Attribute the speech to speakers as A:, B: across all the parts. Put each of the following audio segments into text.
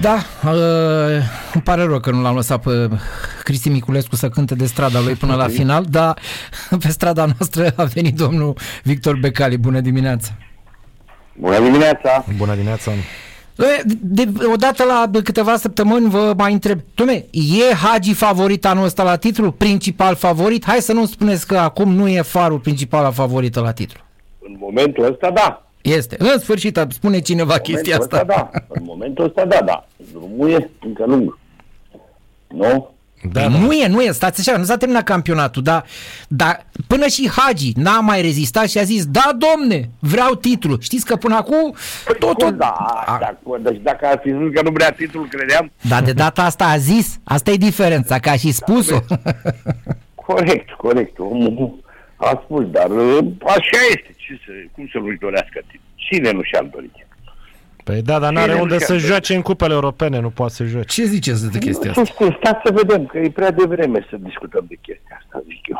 A: Da, uh, îmi pare rău că nu l-am lăsat pe Cristi Miculescu să cânte de strada lui până la final, dar pe strada noastră a venit domnul Victor Becali. Bună dimineața!
B: Bună dimineața!
C: Bună dimineața!
A: De, odată la câteva săptămâni vă mai întreb, domne, e Hagi favorit anul ăsta la titlu? Principal favorit? Hai să nu spuneți că acum nu e farul principal favorită la titlu.
B: În momentul ăsta, da.
A: Este. În sfârșit, spune cineva
B: În
A: chestia
B: momentul
A: asta.
B: ăsta, da. În momentul ăsta, da, da. Drumul e încă lung. Nu?
A: Da, nu e, nu e, stați așa, nu s-a terminat campionatul, dar, dar până și Hagi n-a mai rezistat și a zis, da, domne, vreau titlul. Știți că până acum Păi totul...
B: Cum da, dacă, deci dacă ar fi zis că nu vrea titlul, credeam.
A: Dar de data asta a zis, asta e diferența, că a
B: Da,
A: și spus-o.
B: Corect, corect. Omul a spus, dar ă, așa este. Ce să, cum să nu-și dorească titlul? Cine nu și-ar dori?
C: Păi da, dar n-are
B: Bine,
C: unde
B: Lucian,
C: să
B: bine.
C: joace în cupele europene, nu poate să joace.
D: Ce ziceți de chestia asta?
B: Nu știu, stați să vedem, că e prea devreme să discutăm de chestia asta, zic eu.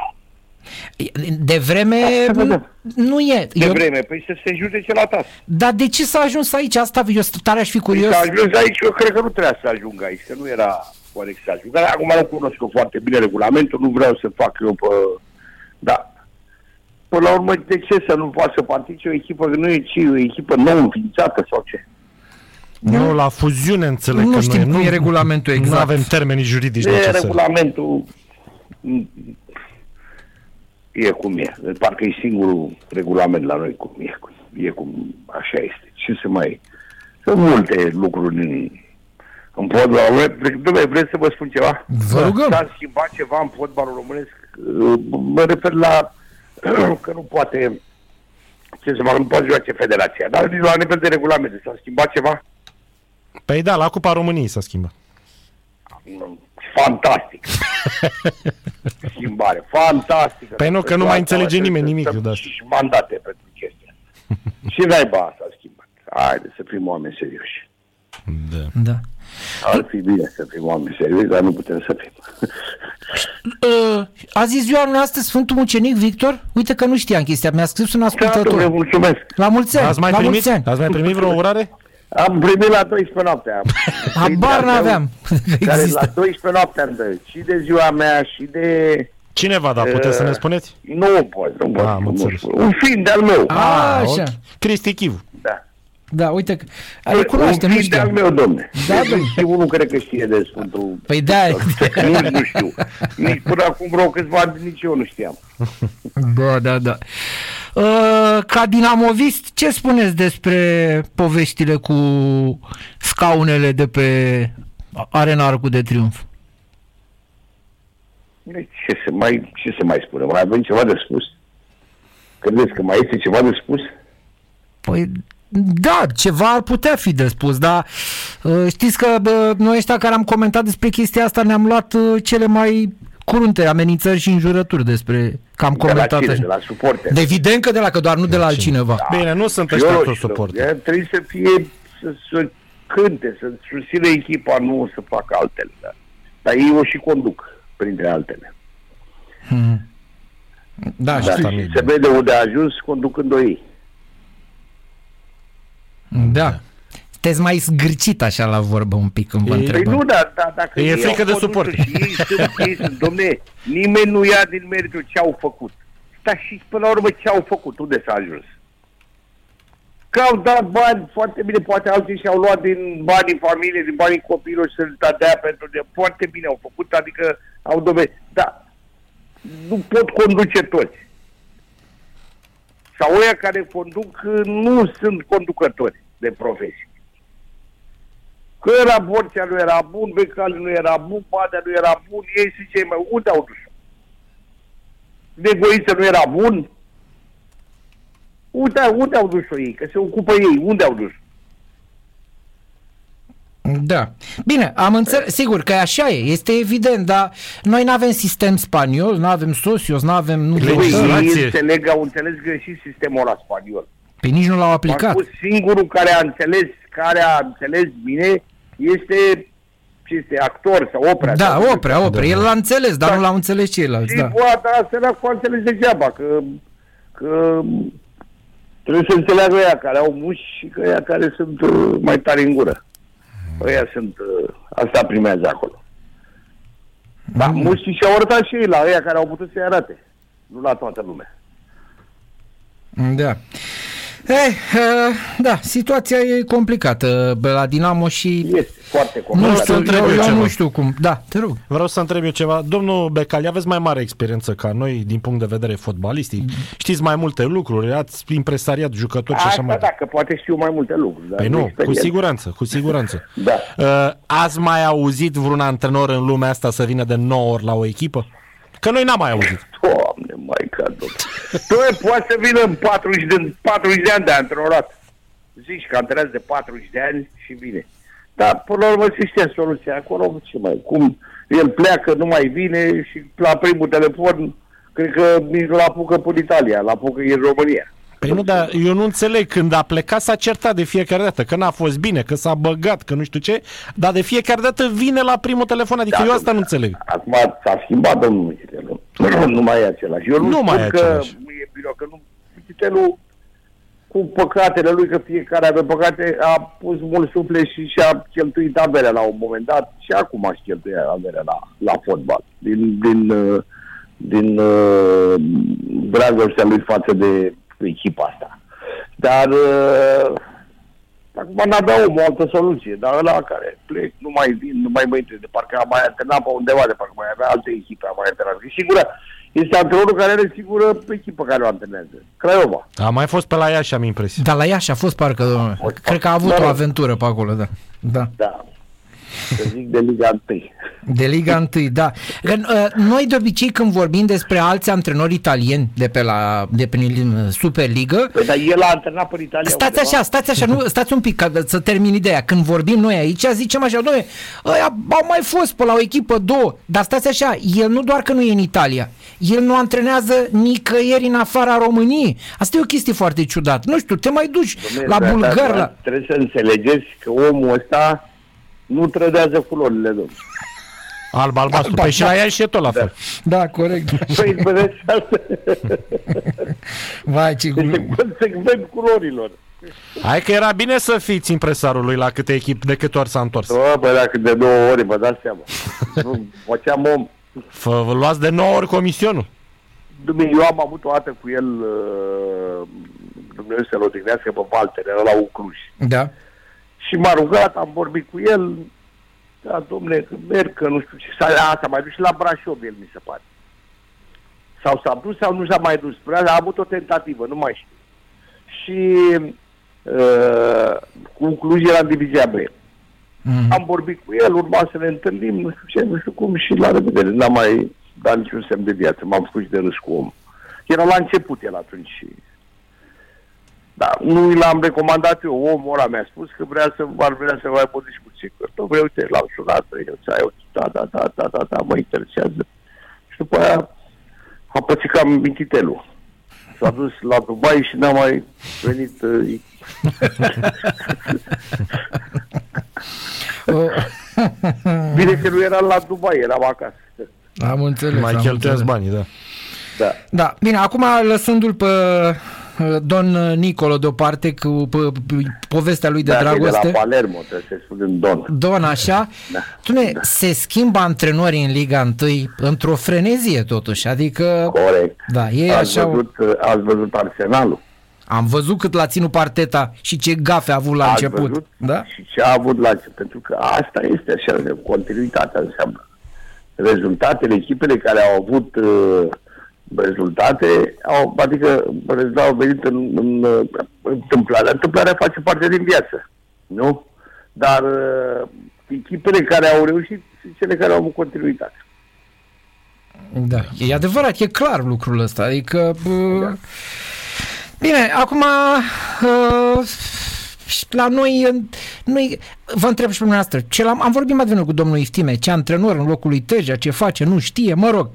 A: De vreme
B: Hai să vedem.
A: nu e.
B: De
A: Eu,
B: vreme, păi să se judece la tas.
A: dar de ce s-a ajuns aici? Asta eu sunt- tare aș fi
B: Păi
A: curios.
B: s-a ajuns aici, eu cred că nu trebuia să ajungă aici, că nu era corect să ajungă. Dar acum nu cunosc eu foarte bine regulamentul, nu vreau să fac eu pe... Da. Până la urmă, de ce să nu poată să participe o echipă, că nu e ci, o echipă nou înființată sau ce?
C: Nu, la fuziune înțeleg
D: Da. Nu
C: că
D: știm
C: nu
D: cum e regulamentul
C: Nu
D: exact.
C: avem termenii juridici
B: De
C: necesari.
B: regulamentul m, e cum e. Parcă e singurul regulament la noi cum e. E cum așa este. Ce se mai... Sunt multe lucruri în, în fotbal. Dumnezeu, vreți să vă spun ceva?
D: Vă rugăm.
B: S-a schimbat ceva în fotbalul românesc. Uh, Mă refer la că nu poate ce să fac, nu poate joace federația. Dar la nivel de regulamente s-a schimbat ceva?
C: Păi da, la Cupa României s-a schimbat.
B: Fantastic. Schimbare. Fantastică.
C: Păi nu, că nu mai înțelege nimeni nimic de asta.
B: Și mandate pentru chestia. Și naiba asta a schimbat. Haide să fim oameni serioși.
C: Da.
A: Da.
B: Ar fi bine să fim oameni serioși, dar nu putem să fim.
A: Uh, A zis ziua noastră Sfântul Mucenic Victor? Uite că nu știam chestia, mi-a scris un
B: Da, domnule,
A: ascultător.
B: mulțumesc.
A: La mulți ani,
C: Ați
D: Păi,
C: mai,
A: la
C: primit, Da.
A: mulți ani.
C: ați mai primit vreo urare?
B: Am primit la 12 noaptea.
A: Habar n-aveam că
B: Exact, da, Care la
A: există.
B: 12 noaptea îmi dă și de ziua mea și de...
C: Cineva, da, puteți să ne spuneți?
B: Nu pot, nu pot.
C: Am
B: nu
C: înțeles. Ah.
B: pot. Un fiind de-al meu.
A: A,
C: ok.
A: Ah, așa.
C: Cristi Chivu.
B: Da.
A: Da, uite, că- recunoaște,
B: un
A: nu
B: fiind de-al
A: știam.
B: meu, domne.
A: Da,
B: Da,
A: domne.
B: Și unul cred că știe de Sfântul...
A: Păi da,
B: nu, nu știu. Nici până acum vreo câțiva ani, nici eu nu știam.
A: da, da, da. Uh, Ca dinamovist, ce spuneți despre poveștile cu scaunele de pe Arena Arcul de Triunf?
B: Deci, Ce să mai, ce să mai spunem? Mai avem ceva de spus? Credeți că mai este ceva de spus?
A: Păi, da, ceva ar putea fi de spus, dar ă, știți că bă, noi ăștia care am comentat despre chestia asta ne-am luat ă, cele mai curunte amenințări și înjurături despre că am
B: de la
A: comentat
B: cine? Da.
A: așa.
B: De la suporte.
A: De evident că de la că doar nu de la altcineva.
C: Bine, nu sunt ăștia tot suport.
B: Trebuie să fie, să, să cânte, să susțină echipa, nu să facă altele. Da. Dar ei o și conduc, printre altele.
A: Da,
B: Da,
A: știu.
C: Asta
B: și
C: mi-e
B: se vede unde a ajuns conducând-o ei.
A: Da. Sunteți mai zgârcit așa la vorbă un pic când vă
C: Ei,
B: Păi
A: întreb.
B: nu, dar da, dacă
C: E
B: ei
C: frică
B: au
C: de
B: condus-o
C: suport.
B: Și ei sunt, ei sunt, domne, nimeni nu ia din meritul ce au făcut. Dar și până la urmă ce au făcut, unde s-a ajuns? Că au dat bani, foarte bine, poate alții și-au luat din banii familiei, din banii copiilor și să-l dea pentru de foarte bine au făcut, adică au dovedit. Da, nu pot conduce toți. Sau oia care conduc nu sunt conducători de profesie. Că era Borcea nu era bun, Becali nu era bun, Badea nu era bun, ei sunt cei mai... Unde au dus? Negoiță nu era bun? Unde, unde au dus-o ei? Că se ocupă ei. Unde au dus?
A: Da. Bine, am înțeles, sigur că așa e, este evident, dar noi nu avem sistem spaniol, nu avem socios, nu avem... Nu
C: Legi.
B: Păi, ei
C: Legislație.
B: înțeleg, au înțeles greșit sistemul ăla spaniol.
A: Pe Păi nici nu l-au
B: Am
A: aplicat.
B: spus singurul care a înțeles, care a înțeles bine este ce este actor sau opera.
A: Da,
B: sau
A: oprea, oprea. El l-a înțeles, dar nu l-au înțeles ceilalți.
B: Și
A: Da.
B: da. poate asta era cu înțeles degeaba, că, că trebuie să înțeleagă ea care au muși și că ea care sunt uh, mai tari în gură. Ăia sunt, uh, asta primează acolo.
C: Da.
B: Dar mm. mulți și-au arătat și ei la ăia care au putut să-i arate. Nu la toată lumea.
A: Da. Ei, uh, da, situația e complicată bă, la Dinamo și
B: Este foarte complicat.
A: nu știu,
C: întreb eu
A: eu, eu
C: ceva.
A: nu știu cum. Da, te rog.
C: Vreau să întreb eu ceva. Domnul Becali, aveți mai mare experiență ca noi din punct de vedere fotbalistic. Știți mai multe lucruri, ați impresariat jucători și așa
B: Asta
C: mai
B: da, că poate știu mai multe lucruri. Dar
C: Păi nu, cu
B: experiență.
C: siguranță, cu siguranță.
B: Da.
C: Uh, ați mai auzit vreun antrenor în lumea asta să vină de 9 ori la o echipă? Că noi n-am mai auzit.
B: Doamne, mai cadou. Tu poate să vină în 40 de, 40 de ani de antrenorat. Zici că antrenează de 40 de ani și vine. Dar, până la urmă, se știe soluția acolo. Ce mai, cum el pleacă, nu mai vine și la primul telefon, cred că nici nu-l apucă până Italia, l apucă în România.
C: Păi nu, dar eu nu înțeleg. Când a plecat s-a certat de fiecare dată, că n-a fost bine, că s-a băgat, că nu știu ce, dar de fiecare dată vine la primul telefon. Adică
B: Da,
C: eu asta
B: domnule.
C: nu înțeleg.
B: Acum s-a schimbat domnul Michitelu. nu mai e același. Eu nu,
C: Ah. Nu
B: spun
C: mai e
B: că
C: același.
B: nu e bine, că nu... Michitelu, cu păcatele lui, că fiecare avea păcate, a pus mult suflet și și-a cheltuit averea la un moment dat și acum își cheltuie averea la, la fotbal. Din, din, uh, din uh, dragostea lui față de echipa asta. Dar uh, Acum n-avea omul altă soluție, dar ăla care plec, nu mai vin, nu mai mă intre, de parcă am mai antrenat pe undeva, de parcă mai avea alte echipe, am mai antrenat. E singura, este antrenorul care are singură echipă care o antrenează, Craiova.
C: A mai fost pe la ea și am impresia.
A: Dar la Iași a fost parcă, domnule.
B: fost,
A: Cred că a avut
B: da,
A: o
B: da.
A: aventură pe acolo, da. Da.
B: Da, să zic de Liga 1.
A: De Liga 1, da. Că, uh, Noi de obicei când vorbim despre alți antrenori italieni de pe la de pe Superligă,
B: Păi, dar el a antrenat pe Italia
A: Stați
B: undeva.
A: așa, stați așa, nu, stați un pic ca să termin ideea. Când vorbim noi aici, zicem așa, doamne, ăia au mai fost pe la o echipă, două, dar stați așa, el nu doar că nu e în Italia, el nu antrenează nicăieri în afara României. Asta e o chestie foarte ciudată. Nu știu, te mai duci
B: Dom'le,
A: la
B: dar-
A: bulgar,
B: dar-
A: la...
B: Trebuie să înțelegeți că omul ăsta nu trădează culorile, domnule.
C: Alb, albastru. Păi și la ea și e tot la fel.
A: Da, corect.
B: Păi, vedeți, asta
A: Vai, ce...
B: este consecvent culorilor.
C: Hai că era bine să fiți impresarul lui la câte echip, de câte ori s-a întors.
B: Bă, bă, dacă de două ori, vă dați seama. Nu, făceam om.
C: Fă, vă luați de 9 ori comisionul.
B: Dumne, eu am avut o dată cu el, uh, Dumnezeu să-l odihnească pe Walter, era la Ucruș.
A: Da.
B: Și m-a rugat, am vorbit cu el, da, domne, că merg, că nu știu ce, s-a, a, s-a mai dus și la Brașov, el mi se pare. Sau s-a dus sau nu s-a mai dus, prea, a avut o tentativă, nu mai știu. Și uh, cu Cluj era în divizia B.
A: Mhm.
B: Am vorbit cu el, urma să ne întâlnim, nu știu ce, nu știu cum, și la revedere. N-am mai dat niciun semn de viață, m-am făcut și de râs cu omul. Era la început el atunci. și- Da, nu i l-am recomandat eu, omul ăla mi-a spus că vrea să ar vrea să mai pot discuții cu el. Dom'le, uite, l-am sunat, eu ți-ai eu, da, da, da, da, da, da, mă interesează. Și după aia a pățit cam mititelul. S-a dus la Dubai și n-a mai venit uh,
A: Uh,
B: Bine că nu era la Dubai, era acasă.
A: am înțeles.
C: Mai
A: am
C: cheltuiați
A: înțeles.
C: banii, da.
B: Da.
A: Da, bine, acum lăsându-l pe uh, Don Nicolo deoparte cu pe, pe, povestea lui de
B: da,
A: dragoste.
B: De la Palermo, trebuie să spun Don.
A: Don, așa, da, Tune, da. se schimbă antrenorii în Liga 1 într-o frenezie totuși, adică
B: Corect.
A: da, e
B: Ați
A: așa,
B: văzut, uh, ați văzut Arsenalul.
A: am văzut cât l-a ținut parteta și ce gafe a avut la
B: Ați
A: început.
B: văzut
A: Da?
B: Și ce a avut la început. Pentru că asta este așa, de continuitatea înseamnă. Rezultatele, echipele care au avut uh, rezultate, au, adică rezultatele au venit în, în, uh, întâmplarea. Întâmplarea face parte din viață, nu? Dar uh, echipele care au reușit sunt cele care au avut continuitate.
A: Da, e adevărat, e clar lucrul ăsta, adică... Bă...
B: Da.
A: Bine, acum... Uh, și la noi, uh, noi, vă întreb și pe dumneavoastră, ce l-am, am vorbit mai devreme cu domnul Iftime, ce antrenor în locul lui Tejea, ce face, nu știe, mă rog.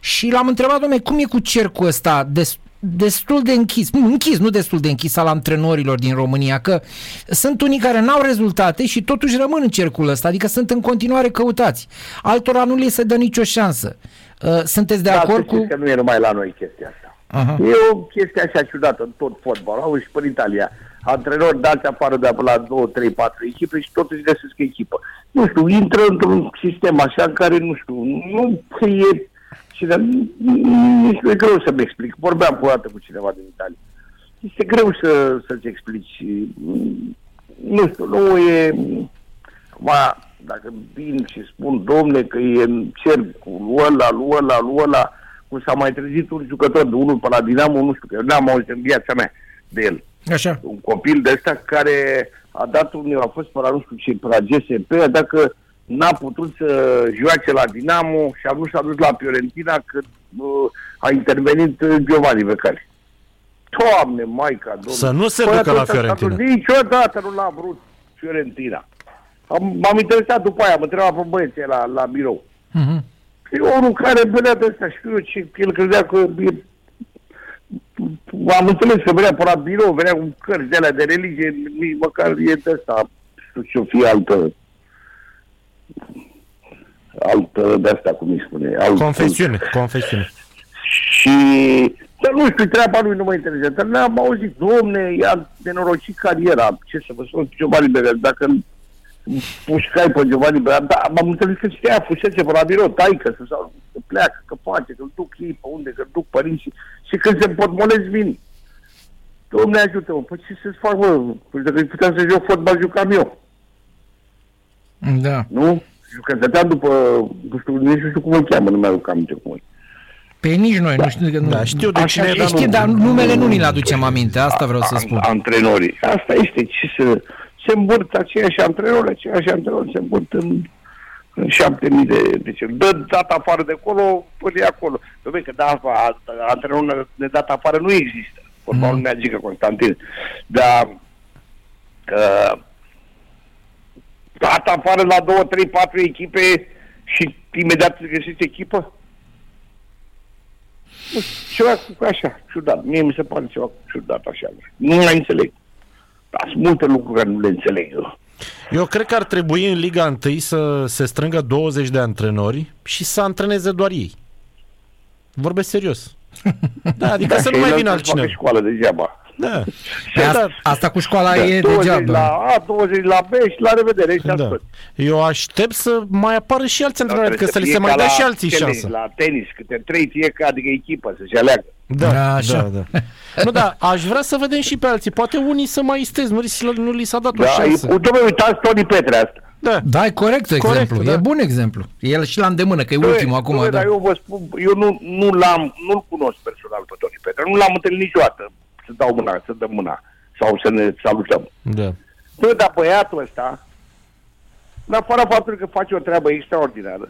A: Și l-am întrebat, domne, cum e cu cercul ăsta des, destul de închis, nu, închis, nu destul de închis al antrenorilor din România, că sunt unii care n-au rezultate și totuși rămân în cercul ăsta, adică sunt în continuare căutați. Altora nu li se dă nicio șansă. Uh, Sunteți de
B: Da, să
A: acord
B: știți
A: cu...
B: că nu e numai la noi chestia asta.
A: Aha.
B: E o chestie așa ciudată în tot fotbalul. Au și pe Italia. antrenori dați afară de la 2, 3, 4 echipe și totuși găsesc echipă. Nu știu, intră într-un sistem așa în care, nu știu, nu e... Și de, nici nu e greu să-mi explic. Vorbeam o dată cu cineva din Italia. Este greu să, să-ți explici. Nu știu, nu e... Ma, dacă vin și spun, domne, că e în cer cu ăla, lui ăla, lui ăla, cum s-a mai trezit un jucător de unul pe la Dinamo, nu știu, că eu n-am auzit în viața mea de el.
A: Așa.
C: Da.
B: Un copil de ăsta care a dat unul, a fost pe la nu știu ce, pe la GSP, dacă n-a putut să joace la Dinamo și a vrut să a dus la Fiorentina că uh, a intervenit uh, Giovanni Becali. Doamne, maica, domnule. Păi
C: Să nu se ducă la Fiorentina.
B: Niciodată nu l-a vrut Fiorentina. Am, m-am interesat după aia, mă întreba pe băieții la, la birou.
A: Mhm.
B: E unul care venea de ăsta, știu eu ce, el credea că e... Am înțeles că venea pe la birou, venea cu cărți de alea de religie, nici măcar e de ăsta, știu ce o fi altă... Altă de asta, cum îi spune, altă...
C: Confesiune, confesiune.
B: Și, dar nu știu, treaba lui nu mă interesează. Dar n-am auzit, domne, i-a denorocit cariera. Ce să vă spun, Giovanni Began, dacă îl pușcai pe Giovanni Began, da, m-am înțeles că știa, fusese pe la birou, taică, să sau, că pleacă, că face, că-l duc ei pe unde, că-l duc părinții. Și când se împotmolez, vin. Domne, ajută-mă, păi ce să-ți fac, mă? Păi dacă îi puteam să joc fotbal, jucam eu,
A: Da.
B: nu? Jucătăteam după, nu știu, nici nu știu cum îl cheamă, nu mi-aduc aminte cum îl
A: Pe nici noi, nu știu. că Nu,
C: Da, știu de
B: Așa
C: cine e,
B: e,
C: dar
A: știm,
C: nu.
A: dar numele nu ni le aducem aminte, asta vreau să
B: an-
A: spun.
B: Antrenorii. Asta este ce să se îmburt aceiași antrenori, aceiași antrenori se îmburt în, în 7000 de, de ce. Dă dat afară de acolo, până e acolo. Dom'le, că da, asta, antrenorul de dat afară nu există. Vorba mm. Gică Constantin. Dar că dat afară la 2, 3, 4 echipe și imediat îți găsești echipă? Nu știu, ceva cu așa, ciudat. Mie mi se pare ceva ciudat așa. Nu mai înțeleg. Dar sunt multe lucruri care nu le înțeleg eu.
C: Eu cred că ar trebui în Liga 1 să se strângă 20 de antrenori și să antreneze doar ei. Vorbesc serios. Da, adică să nu
B: Și
C: mai
B: el
C: vină
B: îți face
C: altcineva.
B: școală degeaba.
C: Da.
A: Păi
C: Da,
A: asta, asta cu școala e
B: 20
A: degeaba.
B: la A, 20 la B și la revedere. Și
C: Păi da.
B: atât.
C: Eu aștept să mai apară și alți
B: Dar
C: antrenori, că
B: trebuie
C: să le
B: fie
C: se mai
B: ca
C: dea
B: la
C: și alții
B: tenis,
C: șansă.
B: La tenis, câte trei fiecare, adică echipă, să-și aleagă.
A: Da, așa.
C: da, da. Nu, da, aș vrea să vedem și pe alții. Poate unii să mai istez, nu li, s- nu li s-a dat o
B: Da,
C: șansă.
B: e, dom'le, uitați Toni Petre asta.
C: Da.
A: Da, e corect exemplu.
C: da.
A: E bun exemplu. El și la îndemână, că e ultimul
B: Bă,
A: acum.
B: bă,
A: da.
B: Dar eu vă spun, eu nu, nu l-am, nu-l cunosc personal pe Toni Petre. Nu l-am întâlnit niciodată să dau mâna, să dăm mâna sau să ne salutăm.
C: da.
B: Bă, dar băiatul ăsta, în afara faptului că face o treabă extraordinară,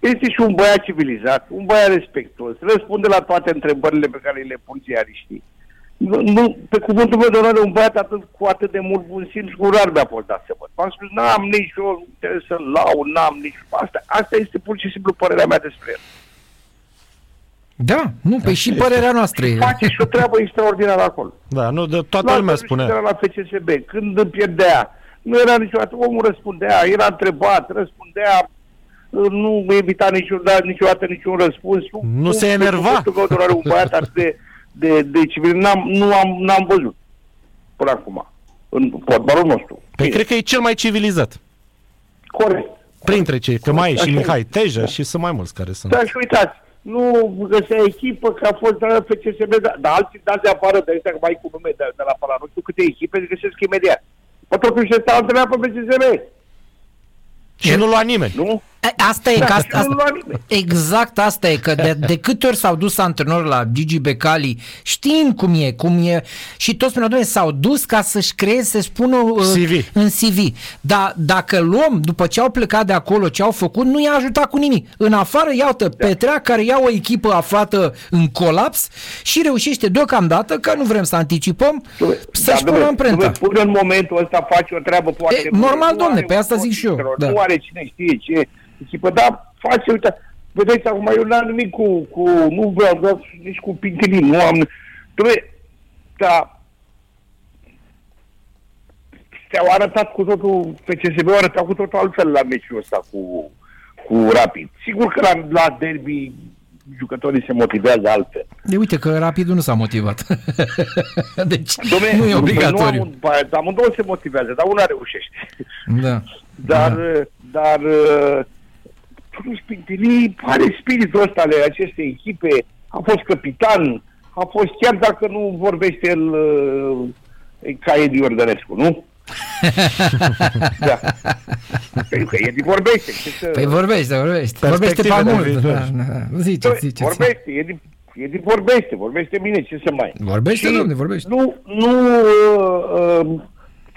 B: este și un băiat civilizat, un băiat respectuos, răspunde la toate întrebările pe care le pun ziariștii. Nu, nu, pe cuvântul meu de onoare, un băiat atât, cu atât de mult bun simț, cu rar mi-a fost dat să văd. M-am spus, n-am nici eu interes să-l lau, n-am nici... Asta, asta este pur și simplu părerea mea despre el.
A: da, nu, pe și părerea noastră e.
B: Face și o treabă extraordinară acolo.
C: Da, nu, de, toată
B: la
C: lumea
B: Tăruș când
C: spunea.
B: Era la FCSB, când îl pierdea, nu era niciodată, omul răspundea, era întrebat, răspundea, nu evita niciodată, niciodată niciun răspuns.
C: Nu se
B: pe
C: enerva.
B: cuvântul meu de onoare, un băiat atât de, de, de civil, n-am, nu am, n-am văzut până acum, în fotbalul nostru.
C: Păi
B: Bine,
C: cred că e cel mai civilizat.
B: Corect.
C: Printre cei, că mai e și
B: Așa e.
C: Mihai Teja și sunt mai mulți care sunt.
B: Dar Da, și uitați, nu găsea echipă că a fost dat pe CSB, dar, da, dar alții dați de afară de ăștia, că mai ai cu nume de, de la Paraná, nu știu câte echipe, îți găsesc imediat. Pă totuși ăsta a întrebat pe CSB,
C: Și nu lua nimeni.
B: nu?
A: A- Asta e,
B: Da,
A: că
B: și
A: asta,
B: nu
A: asta,
B: lua nimeni.
A: exact asta e, că de, de câte ori s-au dus antrenori la Gigi Becali, știind cum e, cum e, și toți spuneau, "Doamne, s-au dus ca să-și creeze, să-și pună uh,
C: CV.
A: în CV. Dar dacă luăm, după ce au plecat de acolo, ce au făcut, nu i-a ajutat cu nimic. În afară, iată, da. Petrea, care ia o echipă aflată în colaps și reușește deocamdată, că nu vrem să anticipăm,
B: Dom'le,
A: să-și
B: da,
A: pună
B: dom'le,
A: amprenta.
B: dom'le, Până în momentul ăsta faci o treabă foarte
A: E,
B: bună.
A: normal,
B: Nu
A: dom'le,
B: are
A: pe asta
B: un
A: zic și eu,
B: control,
A: da.
B: Nu are cine știe ce echipă, dar face, uite, vedeți, acum eu n-am nimic cu, cu nu vreau, vreau nici cu Pintelin, nu am, da. dom'le, dar te-au arătat cu totul, pe CSB au arătat cu totul altfel la meciul ăsta cu, cu Rapid. Sigur că la, la derby jucătorii se motivează altfel.
A: De uite că rapidul nu s-a motivat. deci
B: Dom'le,
A: nu e
B: Nu am
A: obligatoriu.
B: un, ba, amândouă se motivează, dar una reușește.
A: Da.
B: Dar, dar uh, Tudor Spintelii are spiritul ăsta ale acestei echipe. A fost capitan, a fost chiar dacă nu vorbește el uh, ca Edi Ordănescu, nu? da. Pentru că Edi vorbește. Ce să...
A: Păi vorbește, vorbește. Vorbește
C: Perspectivele
A: pe mult.
C: viitor.
A: Da, da. Ziceți, ziceți.
B: Păi, vorbește, Edi, Edi vorbește, vorbește bine, ce să mai...
A: Vorbește,
B: Și
A: domne, vorbește.
B: Nu, nu uh, uh,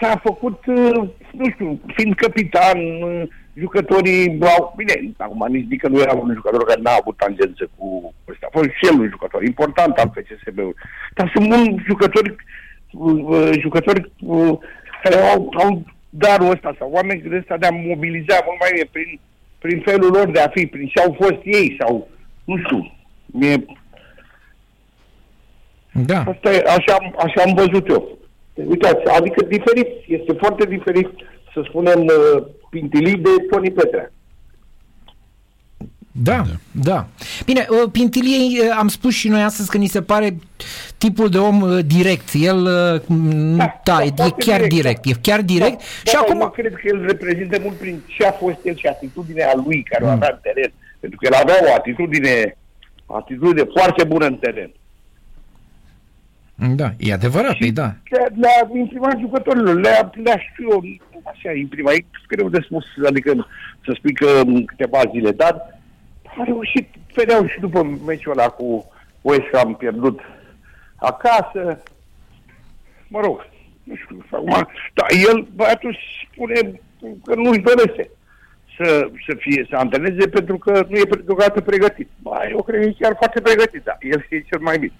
B: s-a făcut, uh, nu știu, fiind capitan, uh, jucătorii au, bine, acum nici Dică nu era un jucător care n-a avut tangență cu ăsta. A fost și el un jucător important al FCSB-ului. Dar sunt mulți jucători, uh, uh, jucători uh, care au, au darul ăsta sau oameni de ăsta de a mobiliza mult mai bine prin, prin felul lor de a fi, prin ce au fost ei sau, nu știu, mie
A: Da.
B: Asta e, așa, am- așa am văzut eu. Uitați, adică diferit, este foarte diferit, să spunem, uh, Pintilii de Toni Petre.
A: Da, da. Bine, uh, Pintilie, uh, am spus și noi astăzi că ni se pare tipul de om uh, direct. El, uh, m-
B: Da,
A: da,
B: da,
A: e e
B: foarte
A: chiar
B: direct,
A: direct.
B: da.
A: E chiar direct. Și
B: da, Eu
A: acum,
B: cred că el reprezintă mult prin ce a fost el și atitudinea lui care o avea
A: Mm.
B: în teren. Pentru că el avea o atitudine, atitudine foarte bună în teren.
A: da, e adevărat, păi da.
B: Le-a, le-a imprimat jucătorilor, le-a, le-a știu eu, așa, imprima, e greu de spus, adică să spui că în câteva zile, dar a reușit, vedeau și după meciul ăla cu West am pierdut acasă, mă rog, nu știu, acum, dar el, băiatul, spune că nu-și dorește să, să fie, să antreneze pentru că nu e deocamdată pregătit. Ba, eu cred că e chiar foarte pregătit, da, el știe cel mai bine.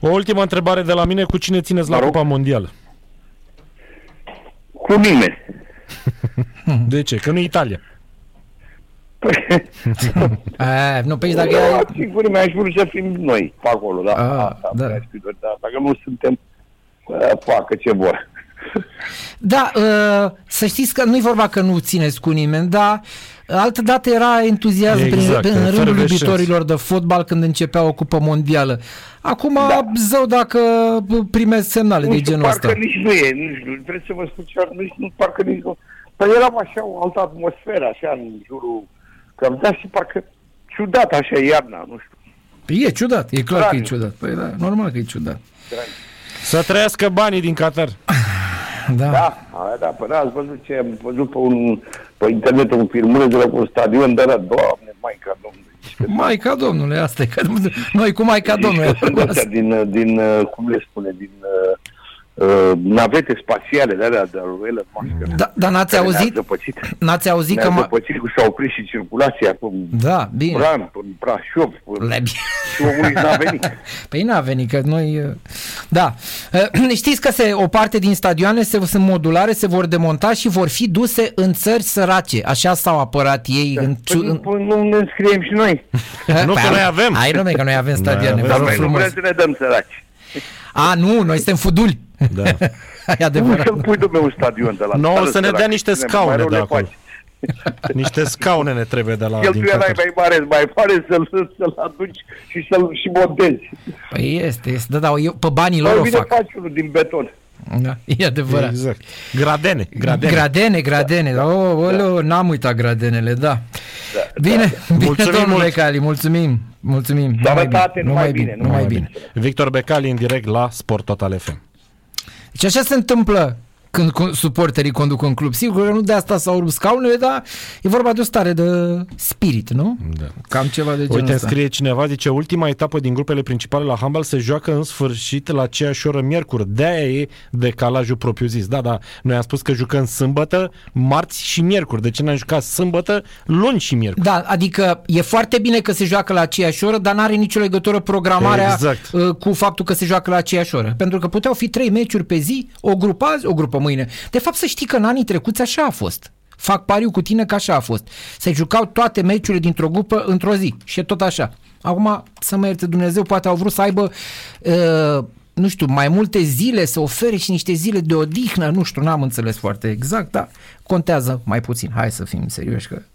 C: O ultimă întrebare de la mine. Cu cine țineți la
B: Mă rog.
C: Cupa Mondială?
B: Cu nimeni.
C: De ce? Că nu e Italia.
B: Păi,
A: A, nu, păi dacă
B: Dacă
A: e...
B: da, sigur, mi-aș vrut să fim noi pe acolo, da.
A: Ah,
B: Asta
A: da.
B: mi-aș fi dorit, da. Dacă nu suntem, uh, facă ce vor.
A: Da, uh, să știți că nu-i vorba că nu țineți cu nimeni, dar altă dată era entuziasm
C: Exact,
A: prin, în rândul
C: efervescență.
A: iubitorilor de fotbal când începea o cupă mondială. Acum, da.
B: Da.
A: zău dacă primesc semnale de
B: nu știu,
A: genul
B: parcă
A: ăsta.
B: nici nu e, nu știu, trebuie să vă spun ce nici nu, parcă nici nu. Păi eram așa, o altă atmosferă, așa, în jurul cămta și parcă ciudat așa iarna, nu știu.
A: Păi e ciudat, e clar
B: Dragi.
A: că e ciudat. Păi da, normal că e ciudat.
C: Să trăiască banii din Qatar.
A: Da. da.
B: Da, a, da, până ați văzut ce am văzut pe, un, pe internet un filmuleț de la un stadion, dar da, doamne, maica domnului. ce
A: Maica domnule, asta e că noi cu Maica
B: Deci
A: Da, domnule.
B: că sunt astea din, uh, din, uh, cum le spune, din uh, uh, navete spațiale de alea de lui Elon Musk. care
A: Da, dar n-ați
B: Ne-a
A: auzit?
B: zăpăcit,
A: N-ați auzit
B: ne-a
A: că... Ma...
B: zăpăcit cu s-a oprit și circulația acum
A: Da, bine.
B: Bran, până în Brașov, până
A: Le-
B: și omului n-a venit.
A: Păi n-a venit, că noi... uh, Da. Uh, Știți că se, o parte din stadioane se, sunt modulare, se vor demonta și vor fi duse în țări sărace. Așa s-au apărat ei. Da. În,
B: Păi, nu-
A: în,
B: păi nu ne înscriem și noi.
C: Nu, că
A: Păi,
C: noi avem.
A: Hai, domne, că noi avem stadioane.
C: avem.
A: Vă
C: Dar
A: rog
B: Păi nu
A: frumos.
B: vrem să ne dăm săraci.
A: A, nu, noi suntem fuduli.
C: Da.
A: E
B: Nu
A: adevărat.
B: să-mi pui domnule un stadion de la
C: Nu, o
B: țară
C: să ne
B: sărac.
C: dea niște
B: Mai rău
C: scaune
B: le
C: de acolo.
B: faci.
C: Niște scaune ne trebuie de la din
B: Cheltuia la
C: Qatar.
B: mai mare, mai mare să-l, să-l aduci și să-l și montezi.
A: Păi este, este. Da, da, eu, pe banii lor
B: Mai
A: o
B: Păi bine
A: fac.
B: faci unul din beton.
A: Da, e adevărat.
C: Exact. Gradene, gradene.
A: Gradene, gradene. Da, oh, oleo, n-am uitat gradenele, da. Bine, bine
C: Mulțumim
A: domnule
C: mult.
A: Cali, mulțumim. Mulțumim.
B: Sănătate, numai bine,
A: numai bine.
C: Victor Becali în direct la Sport Total FM.
A: Deci așa se întâmplă când cu- suporterii conduc un club. Sigur că nu de asta s-au rupt scaunele, dar e vorba de o stare de spirit, nu?
C: Da.
A: Cam ceva de genul
C: Uite, îmi
A: ăsta.
C: scrie cineva, zice, ultima etapă din grupele principale la handbal se joacă în sfârșit la aceeași oră miercuri. De-aia e decalajul propriu-zis. Da, da, noi am spus că jucăm sâmbătă, marți și miercuri. De ce n-am jucat sâmbătă, luni și miercuri?
A: Da, adică e foarte bine că se joacă la aceeași oră, dar n-are nicio legătură programarea
C: Exact.
A: uh, cu faptul că se joacă la aceeași oră. Pentru că puteau fi trei meciuri pe zi, o grupă azi, o grupă mâine. De fapt, să știi că în anii trecuți așa a fost. Fac pariu cu tine că așa a fost. Se jucau toate meciurile dintr-o grupă într-o zi și e tot așa. Acum, să mă ierte Dumnezeu, poate au vrut să aibă, uh, nu știu, mai multe zile, să ofere și niște zile de odihnă, nu știu, n-am înțeles foarte exact, dar contează mai puțin. Hai să fim serioși că